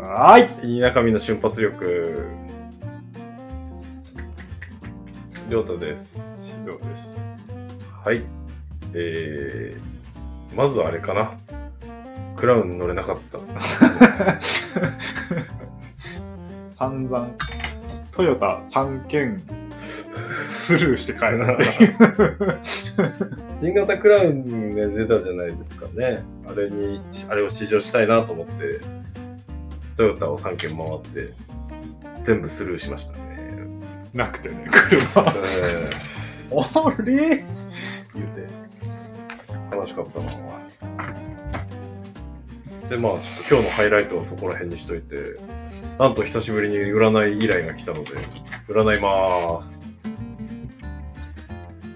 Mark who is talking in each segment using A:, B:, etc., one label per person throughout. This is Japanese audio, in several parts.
A: はーい。
B: いい中身の瞬発力。りょうたです。りょうです。はい。えー、まずあれかな。クラウン乗れなかった。
A: 散々、トヨタ3件スルーして帰 らない。
B: 新型クラウンが出たじゃないですかね。あれに、あれを試乗したいなと思って、トヨタを3軒回って、全部スルーしましたね。
A: なくてね、
B: え
A: 車。
B: ー
A: あれ
B: 言うて楽しかったなでまあちょっと今日のハイライトはそこら辺にしといてなんと久しぶりに占い依頼が来たので占いまーす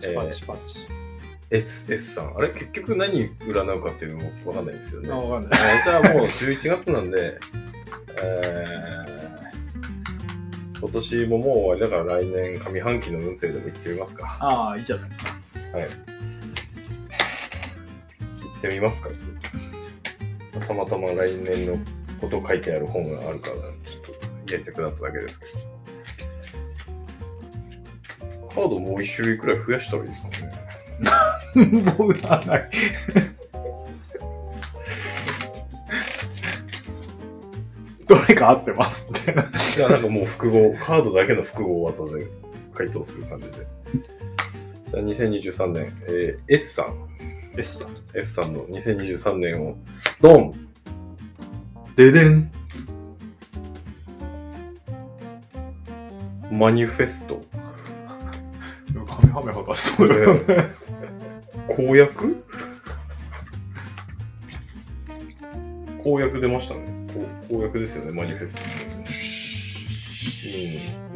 A: チパチパチ。
B: S, S さんあれ結局何占うかっていうのもわかんないですよね
A: あ、わかんない。
B: あじゃあもう11月なんで、えー今年ももう終わりだから来年上半期の運勢でも行ってみますか
A: ああ、いいじゃない。
B: 行ってみますかたまたま来年のこと書いてある本があるから、ちょっと入れてくだっただけですけど。カードもう一種類くらい増やしたらいいですかね。
A: どうない。どれか合ってますみたいな。
B: いや、なんかもう複合、カードだけの複合技で回答する感じで。じゃあ2023年、えー S さん、
A: です。
B: S さんの2023年を、ドン
A: ででん。
B: マニフェスト
A: カメハメハがそうだよね。
B: 公約公約出ましたね。こ公約ですよね、マニフェスト。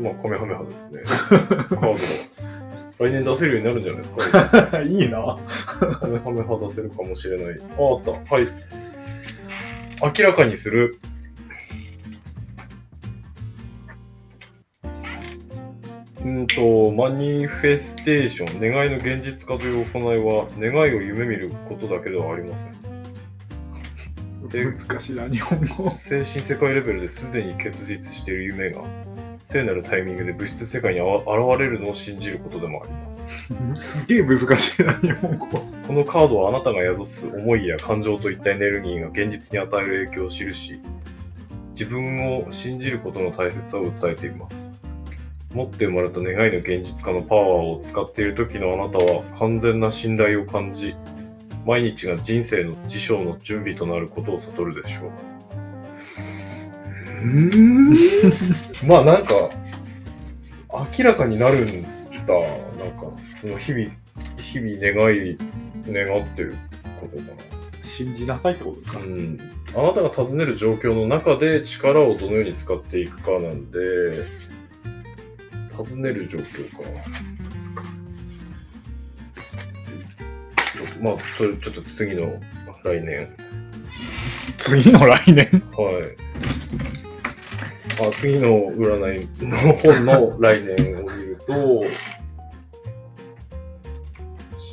B: うん。まあ、カメハメハですね。カード来年出せるようになるんじゃないですか。
A: いいな。
B: カメハメハ出せるかもしれない。あ、あった。はい。明らかにする。うんと、マニフェステーション、願いの現実化という行いは、願いを夢見ることだけではありません。
A: 難しいな、日本語。
B: 精神世界レベルですでに結実している夢が聖なるタイミングで物質世界にあわ現れるのを信じることでもあります
A: すげえ難しいな、日本語。
B: このカードはあなたが宿す思いや感情といったエネルギーが現実に与える影響を記し自分を信じることの大切さを訴えています持って生まれた願いの現実化のパワーを使っている時のあなたは完全な信頼を感じ毎日が人生の辞書の準備となることを悟るでしょうまあなんか明らかになるんだなんかその日々日々願い願ってることか
A: 信じなさいってことですか
B: な、うん、あなたが尋ねる状況の中で力をどのように使っていくかなんで尋ねる状況かまあそれちょっと次の来年
A: 次の来年
B: はい。あ次の占いの本の来年を見ると、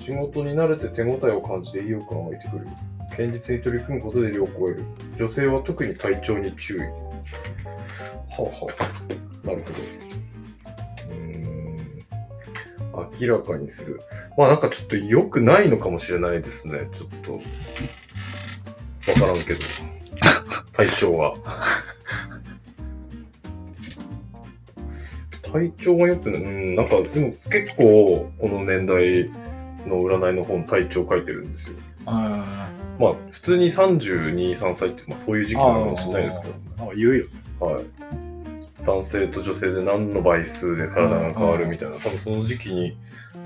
B: 仕事に慣れて手応えを感じて意欲が湧いてくる。堅実に取り組むことで量を超える。女性は特に体調に注意。はあはあ、なるほど。うーん、明らかにする。まあなんかちょっと良くないのかもしれないですね。ちょっと、わからんけど。体調が。体調が良くない。うん、なんか、でも結構、この年代の占いの本、体調書いてるんですよ。
A: あ
B: まあ、普通に32、3歳って、まあ、そういう時期なのかもしれないですけ
A: あ、言うよ。
B: ど、はい。男性と女性で何の倍数で体が変わるみたいな、多分その時期に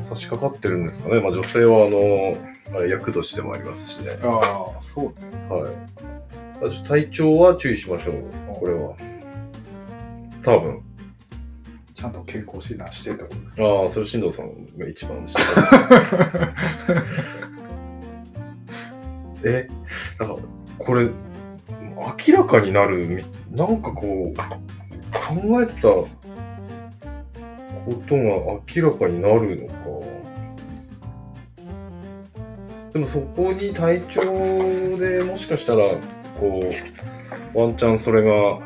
B: 差し掛かってるんですかね。まあ、女性は、あの、あれ、役年でもありますしね。
A: ああ、そうね。
B: はい。あちょ体調は注意しましょう。これは。多分。
A: ちゃんと健康診断してってことです
B: ああ、それ進藤さんが一番知ってる え、なんか、これ、明らかになるみ、なんかこう、考えてたことが明らかになるのか。でもそこに体調でもしかしたら、こう、ワンチャンそれが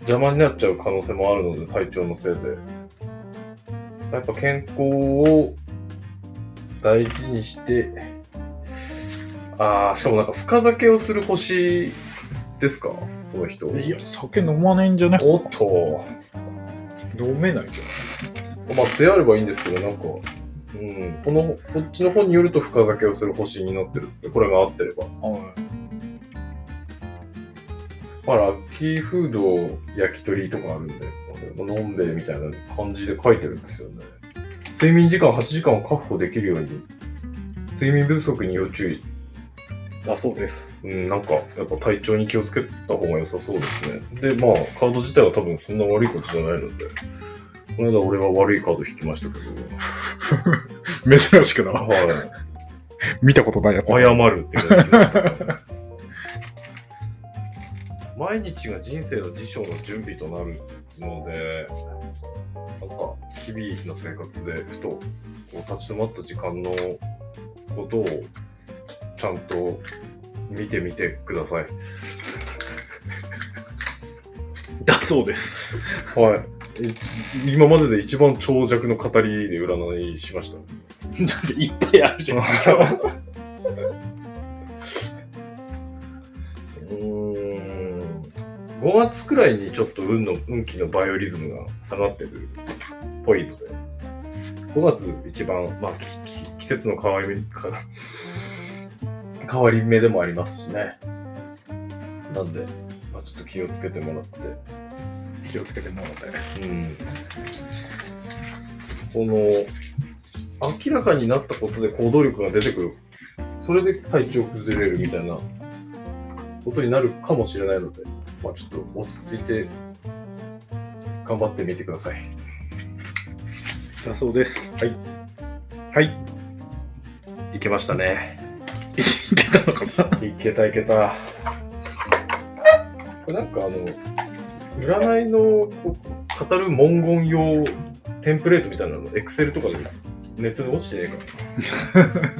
B: 邪魔になっちゃう可能性もあるので、体調のせいで。やっぱ健康を大事にして、ああ、しかもなんか深酒をする星ですかその人。
A: いや、酒飲まないんじゃね
B: おっと。
A: 飲めないじ
B: まあ、であればいいんですけど、なんか、うん、この、こっちの方によると深酒をする星になってるって、これが合ってれば。
A: ゃん。はい。
B: まあ、ラッキーフード、焼き鳥とかあるんで、まあ飲んべえみたいな感じで書いてるんですよね。睡眠時間8時間を確保できるように、睡眠不足に要注意。
A: だそうです。
B: うん、なんか、やっぱ体調に気をつけた方が良さそうですね。で、まあ、カード自体は多分そんな悪いことじゃないので、この間俺は悪いカード引きましたけど、
A: 珍しくな。
B: はい。
A: 見たことないやつ。
B: 謝るって感じでしたね 毎日が人生の辞書の準備となるので、なんか日々の生活でふとこう立ち止まった時間のことをちゃんと見てみてください。
A: だそうです。
B: はい。い今までで一番長尺の語りで占いしました。
A: だっていっぱいあるじゃん。
B: う ーん5月くらいにちょっと運の運気のバイオリズムが下がってるっぽいので5月一番、まあ、きき季節の変わり目 か変わり目でもありますしねなんで、まあ、ちょっと気をつけてもらって
A: 気をつけてもらったよ。
B: うんこの明らかになったことで行動力が出てくるそれで体調崩れるみたいなことになるかもしれないので、まあ、ちょっと落ち着いて頑張ってみてください。
A: だそうです。はい。はい。
B: いけましたね。
A: いけたのかない
B: けたいけた。これなんかあの占いのこう語る文言用テンプレートみたいなの、エクセルとかでネットで落ちてねえか な。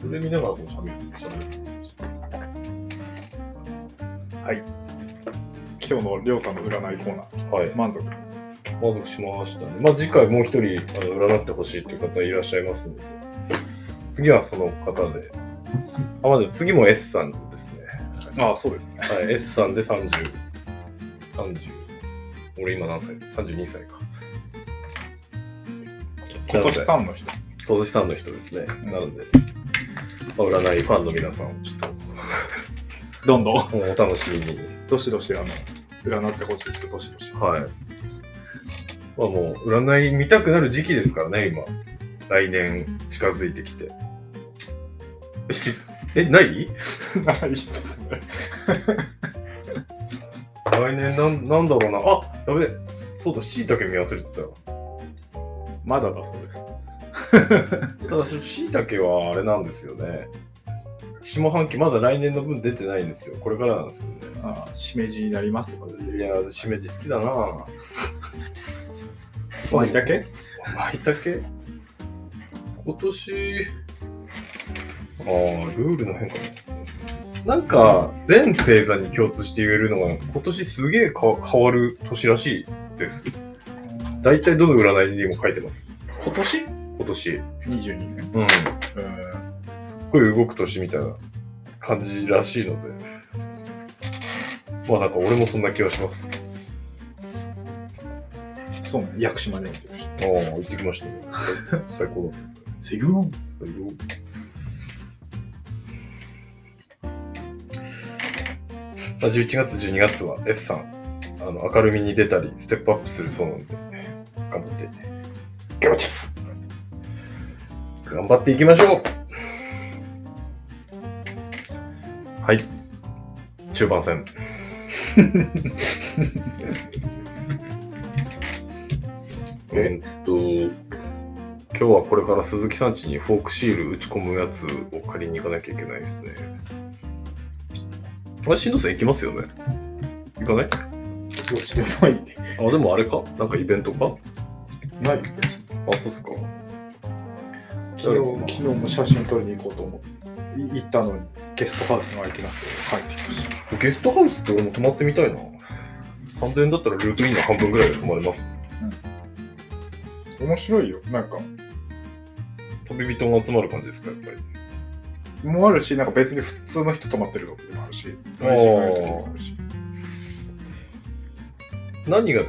B: それ見ながらこう喋る。喋る
A: 今日のりょうさんの占いコーナ
B: はい
A: ー、。満足。
B: 満足しましたね。まあ、次回もう一人あの占ってほしいという方いらっしゃいますので、次はその方で。あ、まず次も S さんですね。
A: ああ、そうですね。
B: はい、S さんで30、30、俺今何歳 ?32 歳か。
A: 今年さんの人。
B: 今年さんの人ですね。なので、まあ占いファンの皆さん、ちょっ
A: どんどん。
B: とお楽しみに。
A: どしどし、あの、占ってほしい人、どしど し。
B: はい。まあもう、占い見たくなる時期ですからね、今。来年近づいてきて。えちえ、ない
A: あいいですね。
B: 来年なん、なんだろうな。あ、やべえ。そうだ、椎茸見忘れてた。
A: まだだそうです。
B: ただしいたけはあれなんですよね下半期まだ来年の分出てないんですよこれからなんですよね
A: ああ、しめじになりますとかで。
B: いやーしめじ好きだなぁ
A: まいだけ
B: まいたけ今年ああルールの変化なんか全星座に共通して言えるのが今年すげえか変わる年らしいです大体どの占いにも書いてます
A: 今年
B: 今年
A: ?22 年。
B: うん
A: うーん。
B: すっごい動く年みたいな感じらしいので、まあなんか俺もそんな気はします。
A: そうね。屋久島でも行ってるし
B: ああ、行ってきましたね。最高だったですね。
A: セグオン
B: 最高。まあ、11月、12月は S さん、あの明るみに出たり、ステップアップするそうなので、頑張って、
A: ガチ
B: 頑張っていきましょうはい。中盤戦。えっと、今日はこれから鈴木さん家にフォークシール打ち込むやつを借りに行かなきゃいけないですね。あれ、しんどさん行きますよね行かない
A: どうしてもいいね。
B: あ、でもあれかなんかイベントか
A: ないです。
B: あ、そうっすか。
A: 昨日、昨日も写真撮りに行こうと思って。い行ったのにゲストハウスが空いてなくて帰ってきたし
B: ゲストハウスって俺も泊まってみたいな。3000円だったらルートインの半分ぐらいで泊まれます。
A: 面白いよなんか
B: 旅人が集まる感じですか、やっぱり。
A: もあるしなんか別に普通の人泊まってるとこもあるし外人がいるとこもあるし
B: 何が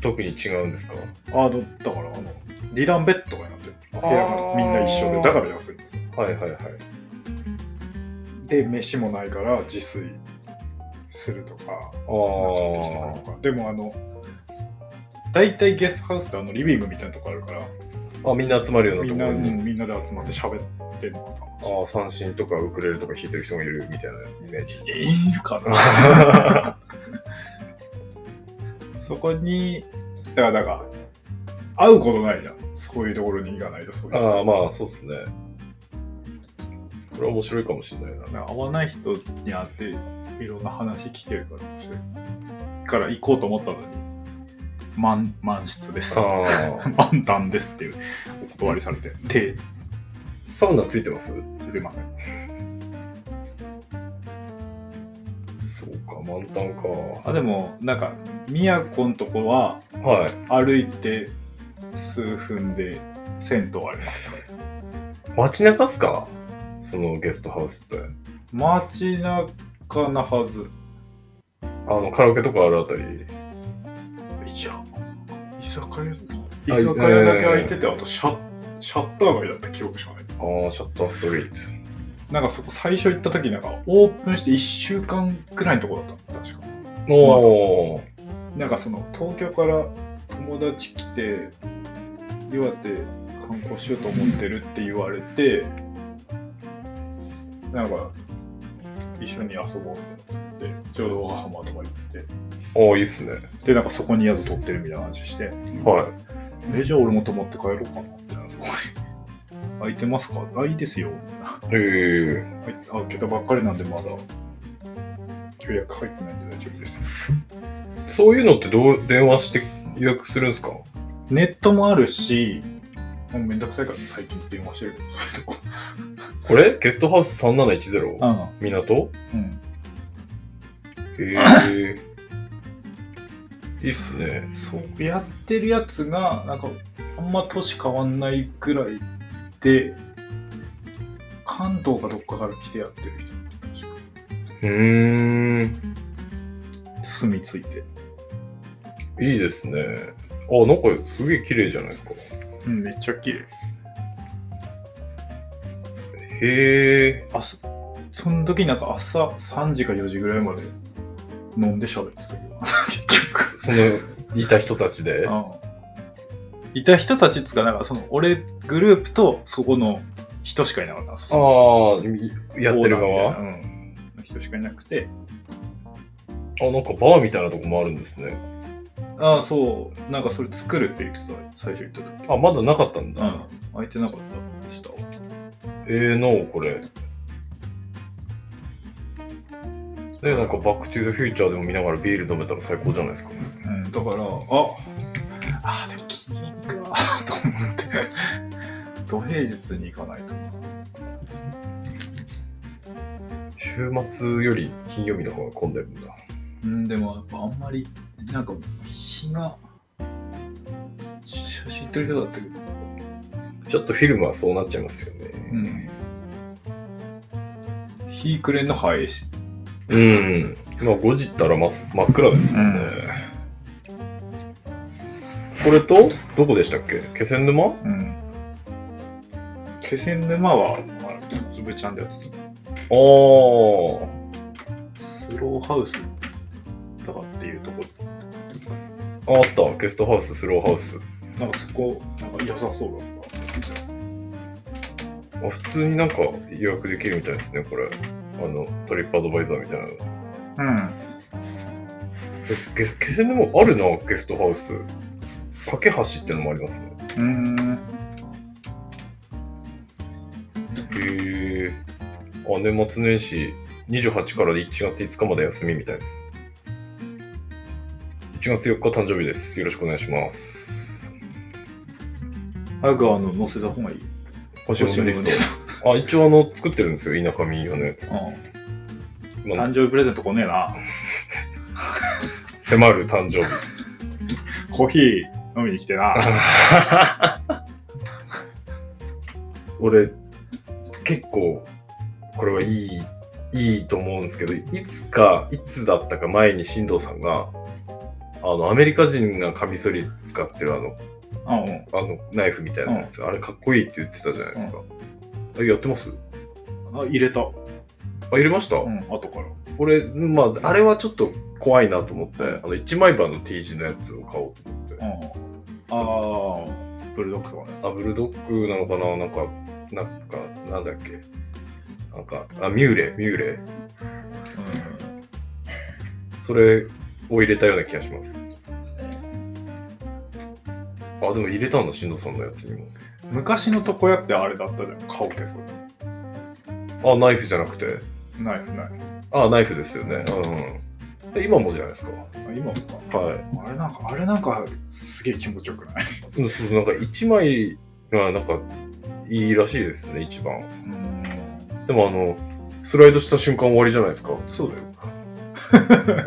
B: 特に違うんですか
A: あのだからあの二段ベッドがなってる部屋がみんな一緒
B: あー
A: でだから安いんですよ
B: はいはいはい。
A: で飯もないから自炊するとかなんか買ってきた
B: あ
A: りとかでもあの大体ゲストハウスってあのリビングみたいなとこあるから
B: あ、みんな集まるよう
A: み
B: なん
A: な、
B: とこ
A: う
B: ろに。
A: んみんなで集まって喋ってるのか楽しい
B: ああ、三振とかウクレレとか弾いてる人もいるみたいなイメージ。
A: いるか なそこにだからなんか会うことないじゃんそういうところに行かないとそういう
B: ああ、まあそうっすね。それは面白いかもしれないな。
A: 会わない人に会っていろんな話聞けるから面白いから行こうと思ったのに満満室です
B: ああ、
A: 満タンですっていうお断りされて手
B: サウナついてます
A: するまで
B: そうか、満タンか。
A: あでもなんか宮古のとこは
B: はい。
A: 歩いて数分で銭湯ありますとかです
B: 街中っすかそのゲストハウスって。
A: 街中なはず
B: あの、カラオケとかあるあたり。
A: いや居酒屋
B: あ
A: 居酒屋だけ開いててあとシャシャッター街だった記憶しかない
B: ああ、シャッターストリート。
A: なんかそこ最初行った時なんかオープンして1週間くらいのとこだったの確か
B: おー。
A: なんかその東京から友達来て岩手観光しようと思ってるって言われてなんか一緒に遊ぼうってなってちょうど小浜とか行って
B: ああ、いいっすね。
A: でなんかそこに宿取ってるみたいな話して
B: は
A: えじゃあ俺も泊まって帰ろうかなみたいなそこに空いてますかないですよ
B: い。へえ。
A: 入って開けたばっかりなんでまだ予約入ってないんで大丈夫です
B: そういうのってどう、電話して予約するんですか
A: ネットもあるしもうめんどくさいから最近電話してるけどそういうとこ
B: これゲストハウス3710。
A: う
B: 港
A: ん、
B: へ え。いいっすね。
A: そうやってるやつがなんかあんま年変わんないくらいで関東かどっかから来てやってる人確
B: うーん。
A: か住み着いて、
B: いいですね。あ、なんかすげえ綺麗じゃないですか。
A: うん、めっちゃ綺麗
B: へえ。
A: 朝その時なんか朝3時か4時ぐらいまで飲んで喋ってたけど 結局
B: その、いた人たちで。
A: うんいた人たちっつうかなんかその俺グループとそこの人しかいなかったんです
B: ああ、みやって
A: オーナーみ
B: る側
A: たいなうんの人しかいなくて
B: あ、なんかバーみたいなとこもあるんですね。
A: ああそうなんかそれ作るって言ってた最初言った時
B: あ、まだなかったんだ。
A: うん空いてなかったでしたわ
B: ええの、これ。で、なんか、バックトゥーザフューチャーでも見ながらビール飲めたら最高じゃないですか。
A: うんだからああでも筋肉は と思って土平日に行かないと
B: 週末より金曜日の方が混んでるんだ。
A: うんでもやっぱあんまりなんか日が写真撮りたかったけど
B: ちょっとフィルムはそうなっちゃいますよね。
A: うん。日暮れの廃止。
B: うん。まあ5時ったらま真っ暗ですもんね。これと、どこでしたっけ気仙沼
A: うん。気仙沼は、まあ、つぶちゃんでやって
B: あー
A: た。スローハウスとかっていうとこ、
B: あ、あった。ゲストハウス、スローハウス。
A: なんかそこ、なんか良さそうだった。
B: あ普通になんか予約できるみたいですね、これ。あの、トリップアドバイザーみたいなの。
A: うん。
B: えゲス気仙沼あるな、ゲストハウス。架け橋ってのもありますね。
A: うーん。
B: へえ。あ、年末年始、28から1月5日まで休みみたいです。1月4日誕生日です。よろしくお願いします。
A: 早くあの、載せた方がいい。
B: 星野のリスト。
A: ト。
B: あ、一応あの、作ってるんですよ、田舎民謡のやつ。
A: う
B: ま
A: ん。
B: あ
A: 誕生日プレゼント来ねえな。
B: 迫る誕生日。
A: コーヒー飲みに来てな。
B: 俺、結構、これはいい、いいと思うんですけど、いつか、いつだったか前に進藤さんが、あの、アメリカ人がカミソリ使ってるあの、
A: うんうん。
B: あの、ナイフみたいなやつ、あれかっこいいって言ってたじゃないですか。あやってます
A: あ、入れた。
B: あ、入れました、
A: うん、後から。
B: 俺、まあ、あれはちょっと怖いなと思って、あの、一枚刃の T 字のやつを買おうと思って。
A: うん。ああ、ブルドッグとかね。
B: あ、ブルドッグなのかななんか、なんか、なんだっけなんか、あ、ミューレ、ミューレ。それを入れたような気がします。あ、でも入れたんだ、しんどさんのやつに
A: うん。昔の床屋ってあれだったじゃん。顔消す。
B: も。あ、ナイフじゃなくて。
A: ナイフナイ
B: あ、ナイフですよね。うん。で今もじゃないですか。
A: フ。あ今もか。
B: はい。
A: あれなんか、あれなんか、すげえ気持ちよくない
B: うん、そうそう、なんか一枚が、なんか、いいらしいですよね、一番。
A: うん。
B: でもあの、スライドした瞬間終わりじゃないですか。そうだよ。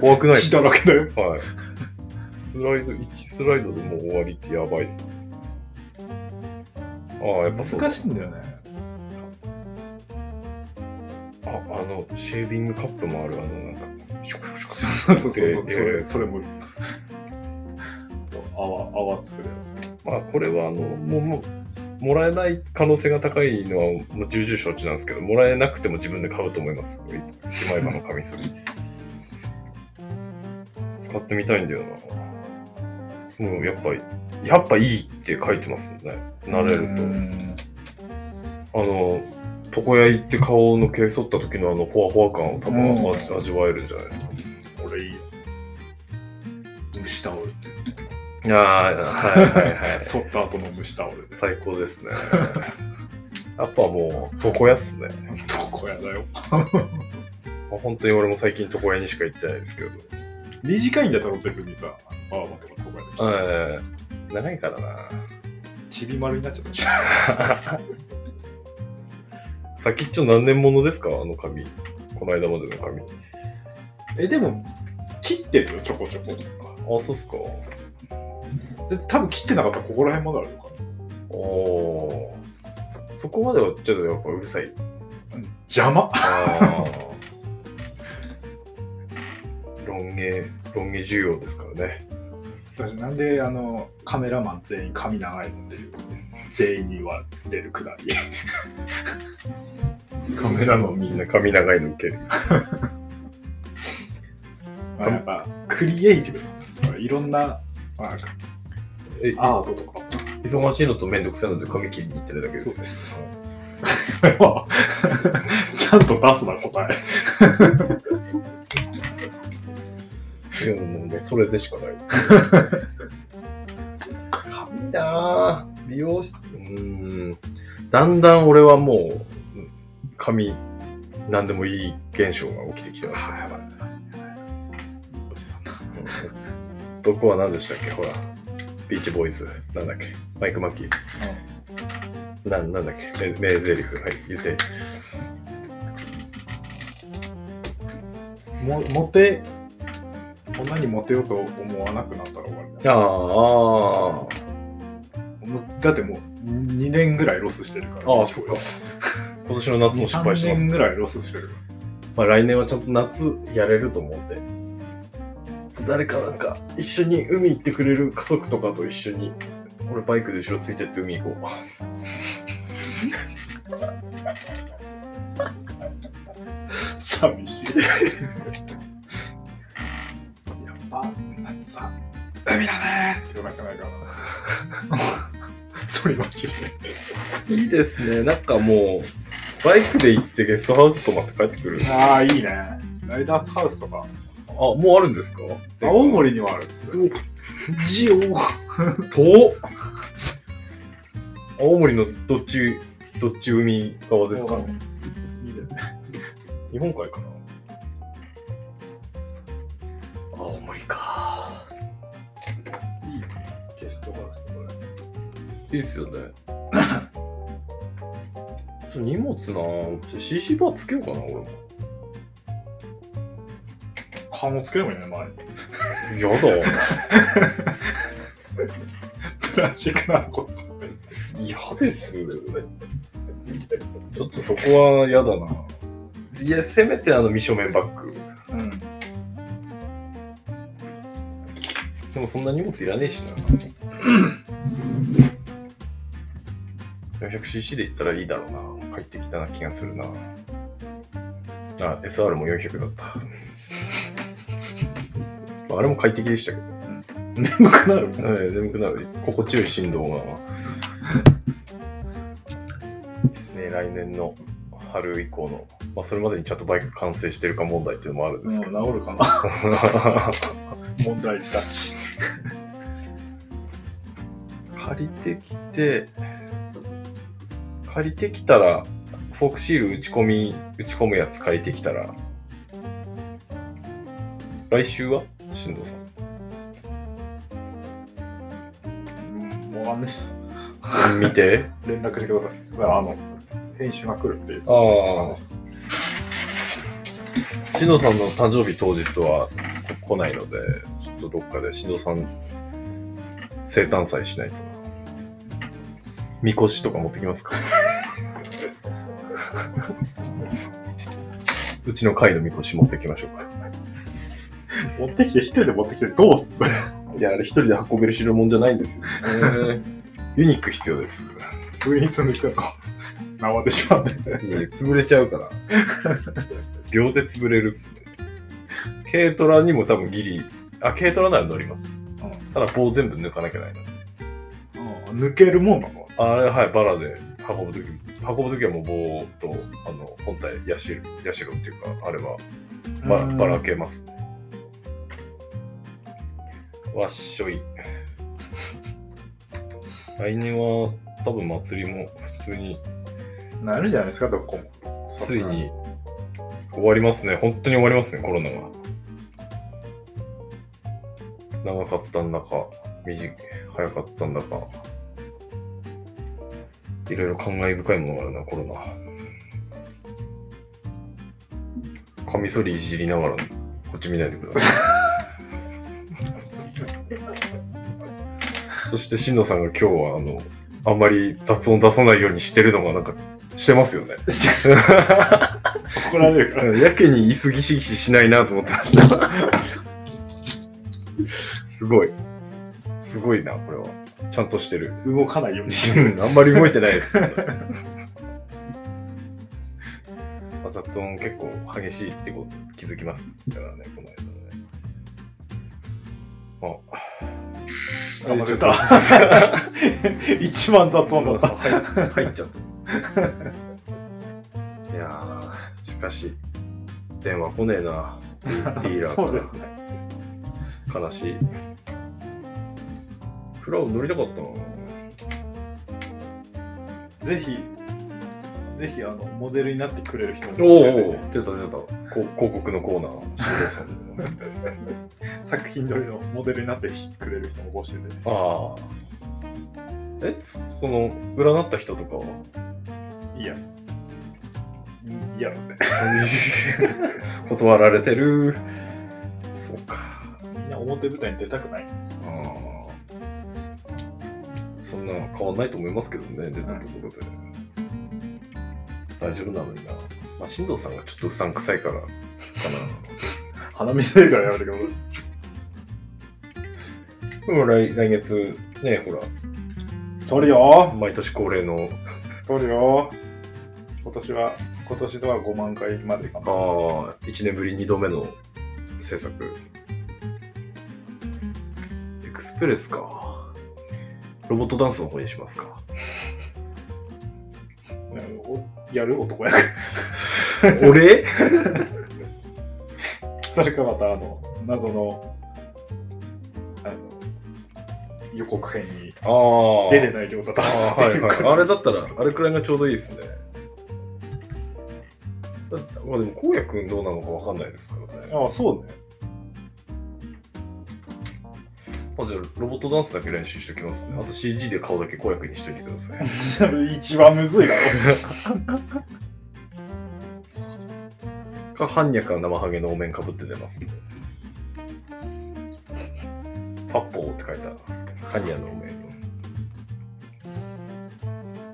B: 怖くない
A: 血だらけだよ。
B: はい。スライド、1スライドでもう終わりってやばいっす。ああ、やっぱそうだ
A: 難しいんだよね。
B: あ、あの、シェービングカップもある、あの、なんか、シュクシュクシュクシュ
A: そうそうそうそう、
B: で
A: そ
B: えー
A: れ、それも。泡、泡作るや
B: クまあ、これは、あの、もう、もう、もらえない可能性が高いのは、もう重々承知なんですけど、もらえなくても自分で買うと思います。一枚刃のカミソリ。 使ってみたいんだよな。もう、やっぱり、やっぱいいって書いてますもんね。
A: つ。
B: 慣れると。
A: る
B: あの、床屋行って顔の毛剃った時のあの、ほわほわ感を多分味
A: うん
B: 味わえるんじゃないですか。
A: と。俺いいよ。虫タオル。
B: いやーはいはいはい。
A: 剃った後の虫タオル。
B: 最高ですね。やっぱもう、床屋っすね。
A: 床屋だよ。
B: まあ本当に俺も最近床屋にしか行ってないですけど。
A: 短いんだったら別にさ、バーバとか床屋で来たら
B: ええ長いからな。
A: ちびまるになっちゃったし。
B: 先っちょ何年ものですかあの髪。この間までの髪。
A: え、でも、切ってるよ、ちょこちょこ。
B: あ、そうっすか。
A: で多分切ってなかったらここら辺まであるのか
B: おー。そこまではちょっとやっぱうるさい
A: な。邪魔。
B: あーロン毛、ロン毛需要ですからね。
A: 私なんであのカメラマン全員髪長いのっていう全員に言われるくだり
B: カメラのみんな髪長いの受ける。
A: まあやっぱクリエイティブまあいろんな、まあ、
B: え
A: アートとか
B: 忙しいのとめんどくさいので髪切りに行ってるだけですよ。
A: そうですこれは ちゃんと出すな答え
B: いや、もうもうそれでしかない。髪なぁ。美容室。うーん。だんだん俺はもう、うん髪、なんでもいい現象が起きてきてますね。
A: やばいおじさんだ
B: どこは何でしたっけほら。ビーチボーイズ。なんだっけマイク・マッキー。なんなんだっけ名名台詞はい言って
A: もモテ女にモテようと思わなくなったら終わりだ
B: ああ
A: もうだってもう2年ぐらいロスしてるから
B: ああそうか今年の夏も失敗してま
A: 3
B: す、
A: 年ぐらいロスしてるから
B: まあ、来年はちゃんと夏やれると思うんで誰かなんか一緒に海行ってくれる家族とかと一緒に俺バイクで後ろついてって海行こ
A: 寂しい。やっぱ、夏は海だねーってなかないから。それ待ち
B: ういいですねなんかもうバイクで行ってゲストハウス泊まって帰ってくるあ
A: ああ、いいね。ライダースハウスとか、
B: もうあるんですか
A: 青森にはあるっす。ジオ
B: 遠っ青森のどっちどっち海側ですかね
A: いいね。
B: 日本海かな青森か
A: いいね。ゲストハウスとかね。
B: いいっすよね荷物なぁ CC バーつけようかな、俺も。
A: 顔もつければいいね、前に。
B: やだ。
A: プラスチックなこ
B: 嫌です。ちょっとそこは嫌だなぁいや、せめてあの、未書面バッグ。
A: うん。
B: でもそんな荷物いらねえしな。400cc で行ったらいいだろうな。帰ってきたな気がするな。あ、SR も400だった。まああれも快適でしたけど。
A: 眠くなる
B: ええ眠くなる。心地よい振動が。ですね、来年の春以降の、まあ、それまでにちゃんとバイク完成してるか問題っていうのもあるんですけど。
A: もう治るかな問題児たち。
B: 借りてきて、借りてきたら、フォークシール打ち込み、打ち込むやつ借りてきたら、来週はしんどうさん。
A: うん、もうあんです。
B: 見て。
A: 連絡してください。だからあの、編集が来るっていう。
B: ああ。しんどうさんの誕生日当日は来ないので、ちょっとどっかでしんどうさん生誕祭しないとな。みこしとか持ってきます かうちの会のみこし持ってきましょうか。
A: 持ってきて、一人で持ってきて、どうすんの
B: いや、あれ一人で運べる代物じゃないんですよ、ユニック必要です。
A: 上に積んできたの。縄でしまって。
B: 潰れちゃうから。秒で潰れるっすね。軽トラにも多分ギリ、あ、軽トラなら乗ります。
A: ん
B: ただ棒全部抜かなきゃないな。
A: 抜けるもんなの
B: あれ、はい、バラで運ぶとき、運ぶときはもう棒と、あの、本体、ヤシロ、ヤシロっていうか、あれは、ばら、ばらけます。わっしょい。 来年は多分祭りも普通に、
A: なるじゃないですか、どこも。
B: ついに終わりますね。本当に終わりますね、コロナが。長かったんだか、短い、早かったんだか。いろいろ感慨深いものがあるな、コロナ。カミソリいじりながら、こっち見ないでください。そして、しんのさんが今日は、あの、あんまり雑音出さないようにしてるのが、なんか、してますよね。
A: 怒られるから。
B: うんやけに椅子ギシギシしないなと思ってました。すごい。すごいな、これは。ちゃんとしてる。
A: 動かないようにしてる。
B: うんあんまり動いてないですけど。まあ雑音結構激しいってこと気づきますからね、この間ね。あ、
A: 頑張ってた。一番 雑音だった。
B: 入入っちゃった。いやー、しかし、電話来ねえ な、ディーラーから。
A: そうですね。
B: 悲しい。フラを乗りたかったな。
A: ぜひ、ぜひ、あの、モデルになってくれる人も
B: おお
A: 教えてね、
B: 出た出た。こ広告のコーナー、しんどう さんの。
A: 作品撮りのモデルになってくれる人も教えてね。
B: ああ。え、その、占った人と かは
A: いいや。いいやろって。
B: 断られてる。そうか。
A: みんな表舞台に出たくない。
B: ああ。そんな変わんないと思いますけどね、出たところで。大丈夫なのにな。まあ、進藤さんがちょっとうさんくさいからかな。
A: 鼻水るからやめ てください。
B: で も来来月、ね、ほ
A: 撮るよ
B: ら、毎年恒例の、
A: 撮るよ今年は、今年とは5万回までかな。
B: ああ、1年ぶり2度目の制作。エクスプレスか。ロボットダンスの方にします か。
A: おやる男や から。
B: 俺
A: それかまた、あの、謎の、あの、予告編に
B: ああ。
A: 出れない量だ出
B: あ
A: すって
B: ーはいい
A: か
B: うはい。あれだったら、あれくらいがちょうどいいですね。だってまあでも、こうやくんどうなのかわかんないですからね。
A: ああ、そうね。
B: まあ、じゃあ、ロボットダンスだけ練習しておきますね。あと CG で顔だけ子役にしておいてくださ い。
A: 一番むずいだろ。
B: か、般若か生ハゲのお面かぶって出ます。パッポーって書いた。般若のお面。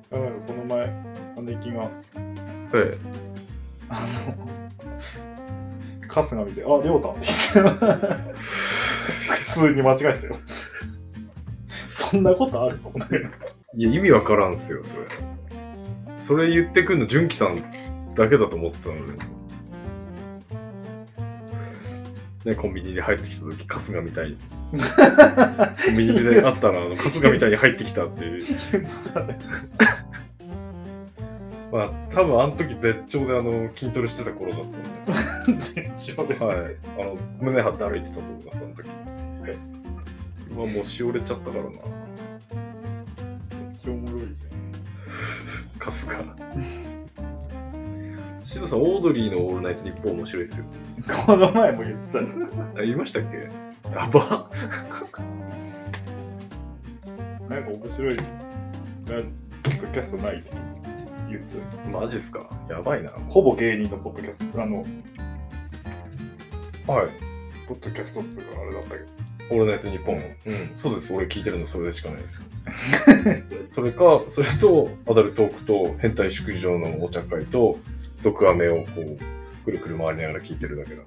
A: だからこの前、アネキが、
B: え
A: あの、春日見て、あ、りょうたって言って た普通に間違えてたよ。そんなことあるの
B: え。いや、意味わからんっすよ、それ。それ言ってくんの、純喜さんだけだと思ってたので。ね、コンビニで入ってきたとき、春日みたいに。コンビニであったら、あの春日みたいに入ってきたっていう。まあ、多分あの時絶頂であの筋トレしてた頃だったんで、
A: 全長で。
B: はい、あの胸張って歩いてたと思います、あの時。うわ、もうしおれちゃったからな、
A: めっちゃおもろいじ
B: かすか。シドさん、オードリーのオールナイト日本面白いですよ。
A: ゃん。この前も言ってたんで
B: あ、言いましたっけやば
A: なんか面白い、ラジポッドキャストないって言ってた。
B: マジっすかやばいな。
A: ほぼ芸人のポッドキャスト、あの、
B: はい。
A: ポッドキャストっていうかあれだったけど。
B: オールナイトニッポン。うん、そうです。俺聞いてるのそれでしかないです。 それか、それと、アダルトークと、変態祝辞場のお茶会と、毒飴をこう、くるくる回りながら聞いてるだけだ。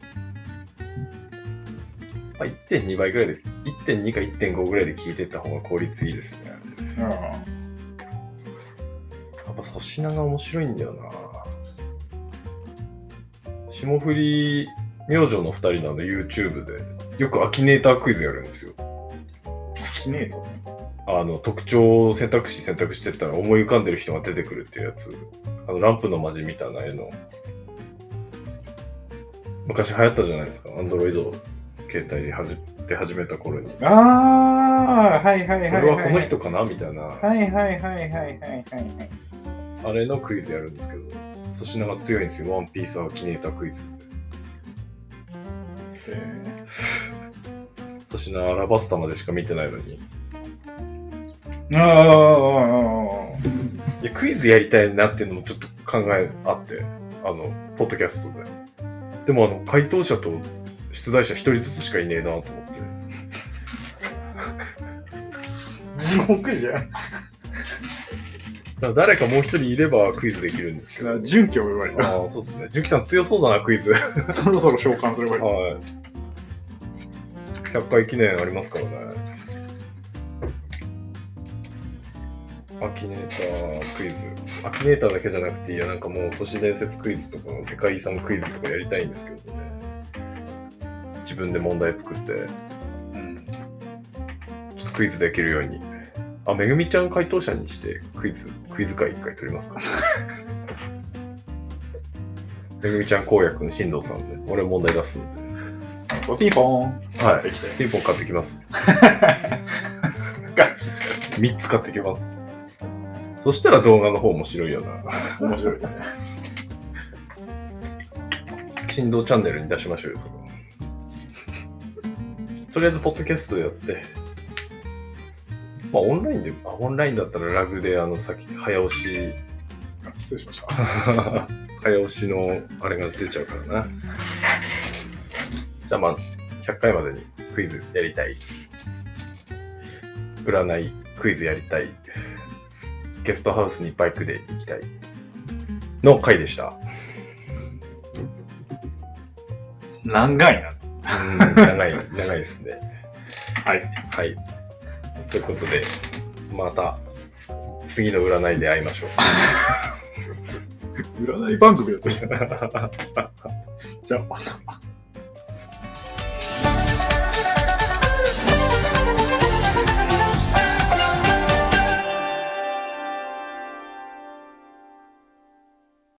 B: まあ、1.2倍ぐらいで、1.2か1.5ぐらいで聞いてった方が効率いいですね。
A: う
B: やっぱ粗品が面白いんだよな霜降り明星の2人なの YouTube で、よくアキネータークイズやるんですよ。
A: ん。きねえとね。
B: あの特徴を選択肢選択してったら思い浮かんでる人が出てくるっていうやつあのランプのマジみたいな絵の昔流行ったじゃないですかアンドロイド携帯で始出始めた頃に、
A: ああ、はいはいはいはい。
B: それはこの人かなみたいな、
A: はいはいはいはいはいはい。
B: あれのクイズやるんですけど粗品が強いんですよワンピースアキネータークイズ
A: え
B: 粗品アラバスタまでしか見てないのに
A: ー、ああ、
B: いやクイズやりたいなっていうのもちょっと考えあってあのポッドキャストででもあの回答者と出題者一人ずつしかいねえなと思って
A: 地獄じゃん。
B: だから誰かもう一人いればクイズできるんですけど。
A: 準拠を言われた。
B: ああ、そうですね。純喜さん強そうだな、クイズ。は
A: そろそろ召喚すればいい。
B: い。100回記念ありますからね。アキネータークイズ。アキネーターだけじゃなくて、いや、なんかもう都市伝説クイズとか、世界遺産クイズとかやりたいんですけどね。自分で問題作って、
A: うん。
B: ちょっとクイズできるように。あ、めぐみちゃん回答者にして、クイズ、クイズ会一回取りますか。めぐみちゃん公約の進藤さんで、俺問題出すん
A: ピンポーン。
B: で。は
A: で
B: い。
A: きて。
B: ピンポン買ってきます。
A: ガチ。
B: 3つ買ってきます。そしたら動画の方面白いよな。
A: 面白いね。
B: 進藤チャンネルに出しましょうよ、そこ。とりあえず、ポッドキャストやって。まあ、オンラインで、あ、オンラインだったらラグで、あの、さっき、早押し
A: 失礼しました。
B: 早押しのあれが出ちゃうからな。じゃあまあ、100回までにクイズやりたい。占い、クイズやりたい。ゲストハウスにバイクで行きたい。の回でした。
A: 何回な
B: うん長い、 長いですね。
A: はい。
B: はい。ということで、また次の占いで会いましょう。
A: 占い番組だったじゃん。じゃあ。